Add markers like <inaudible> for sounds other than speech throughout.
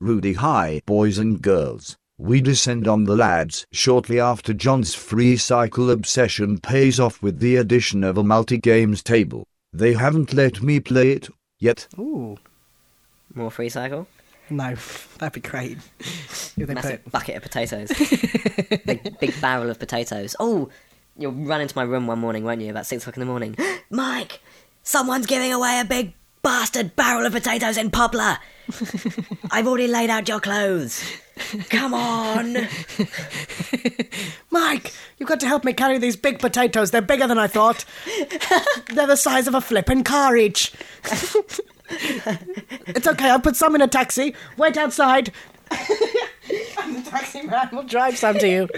Rudy High boys and girls, we descend on the lads shortly after John's free cycle obsession pays off with the addition of a multi games table. They haven't let me play it yet. Ooh, More free cycle. no, that'd be <laughs> great. if they put Massive bucket of potatoes. <laughs> big, big barrel of potatoes. Oh, you'll run into my room one morning, won't you? About six o'clock in the morning. <gasps> Mike, someone's giving away a big bastard barrel of potatoes in <laughs> Poplar. I've already laid out your clothes. Come <laughs> on. Mike, you've got to help me carry these big potatoes. They're bigger than I <laughs> thought. They're the size of a flippin' car <laughs> each. it's okay, I'll put some in a taxi. Wait <laughs> outside. and the taxi man will drive some to you.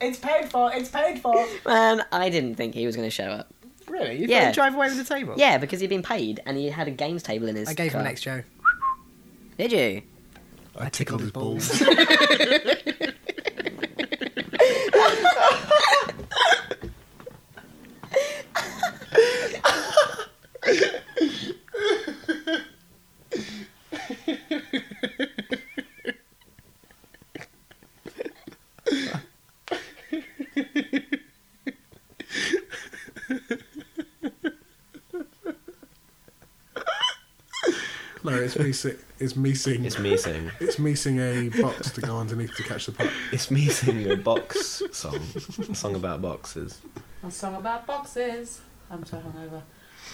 It's paid for, it's paid for. Man, Um, I didn't think he was going to show up. Really? You Yeah. yeah. drive away with the table? Yeah, because he'd been paid and he had a games table in his. I gave him car. an extra. Did you? I tickled his balls. No, it's me. si- It's me sing. It's me sing. <laughs> It's me sing a box to go underneath to catch the <laughs> puck. It's me singing a box song. A song about boxes. A song about boxes. I'm so hungover.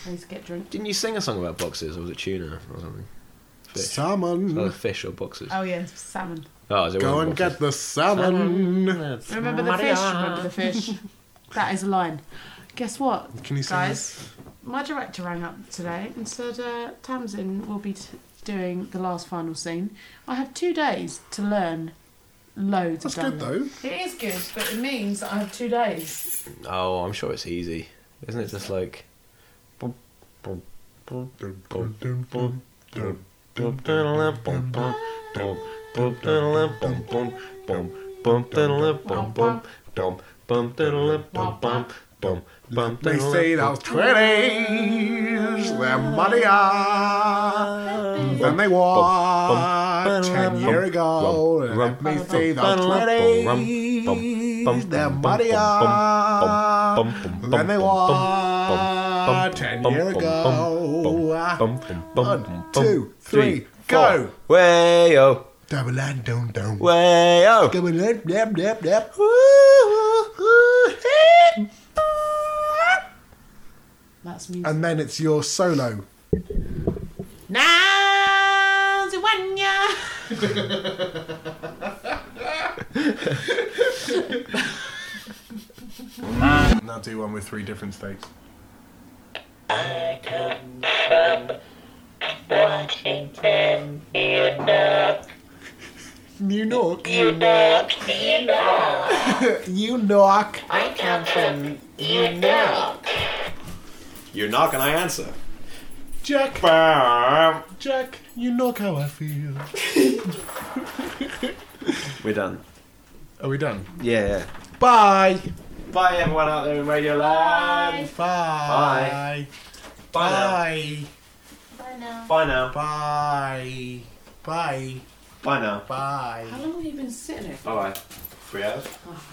I need to get drunk. Didn't you sing a song about boxes or was it tuna or something? Fish. Oh, Salmon, fish or boxes. Oh yeah, salmon. Oh, is it go one and boxes? get the salmon. That's- Remember the fish. Remember the fish. that is a line. Guess what, Can you sing guys? My director rang up today and said uh, Tamsin will be t- doing the last final scene. I have two days to learn loads That's of good dialogue. though. It is good, but it means I have two days. Oh, I'm sure it's easy. Isn't it just like. They say those twenties, their money are. When they were ten year ago, let me see those twenties, their money are. When they were ten year ago. One, two, three, go. Way yo, Double and down, down. way yo. Double and dab, dab, dab. That's music. And then it's your solo. Now's the one, yeah. Now do one with three different states. <laughs> New York. New York. <laughs> New York. You're not gonna answer. Jack. Jack, you know how I feel. We're done. Are we done? Yeah. Bye. Bye everyone out there in Radio Land. Bye. Bye. Bye. Bye now. Bye. Bye. Bye now. Bye. How long have you been sitting here? Bye bye. Three hours.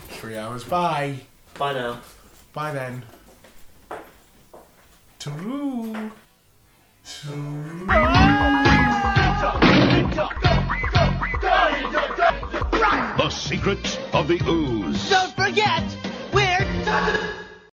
Three hours. Bye. Bye now. Bye then. True. True. The secret of the ooze. Don't forget,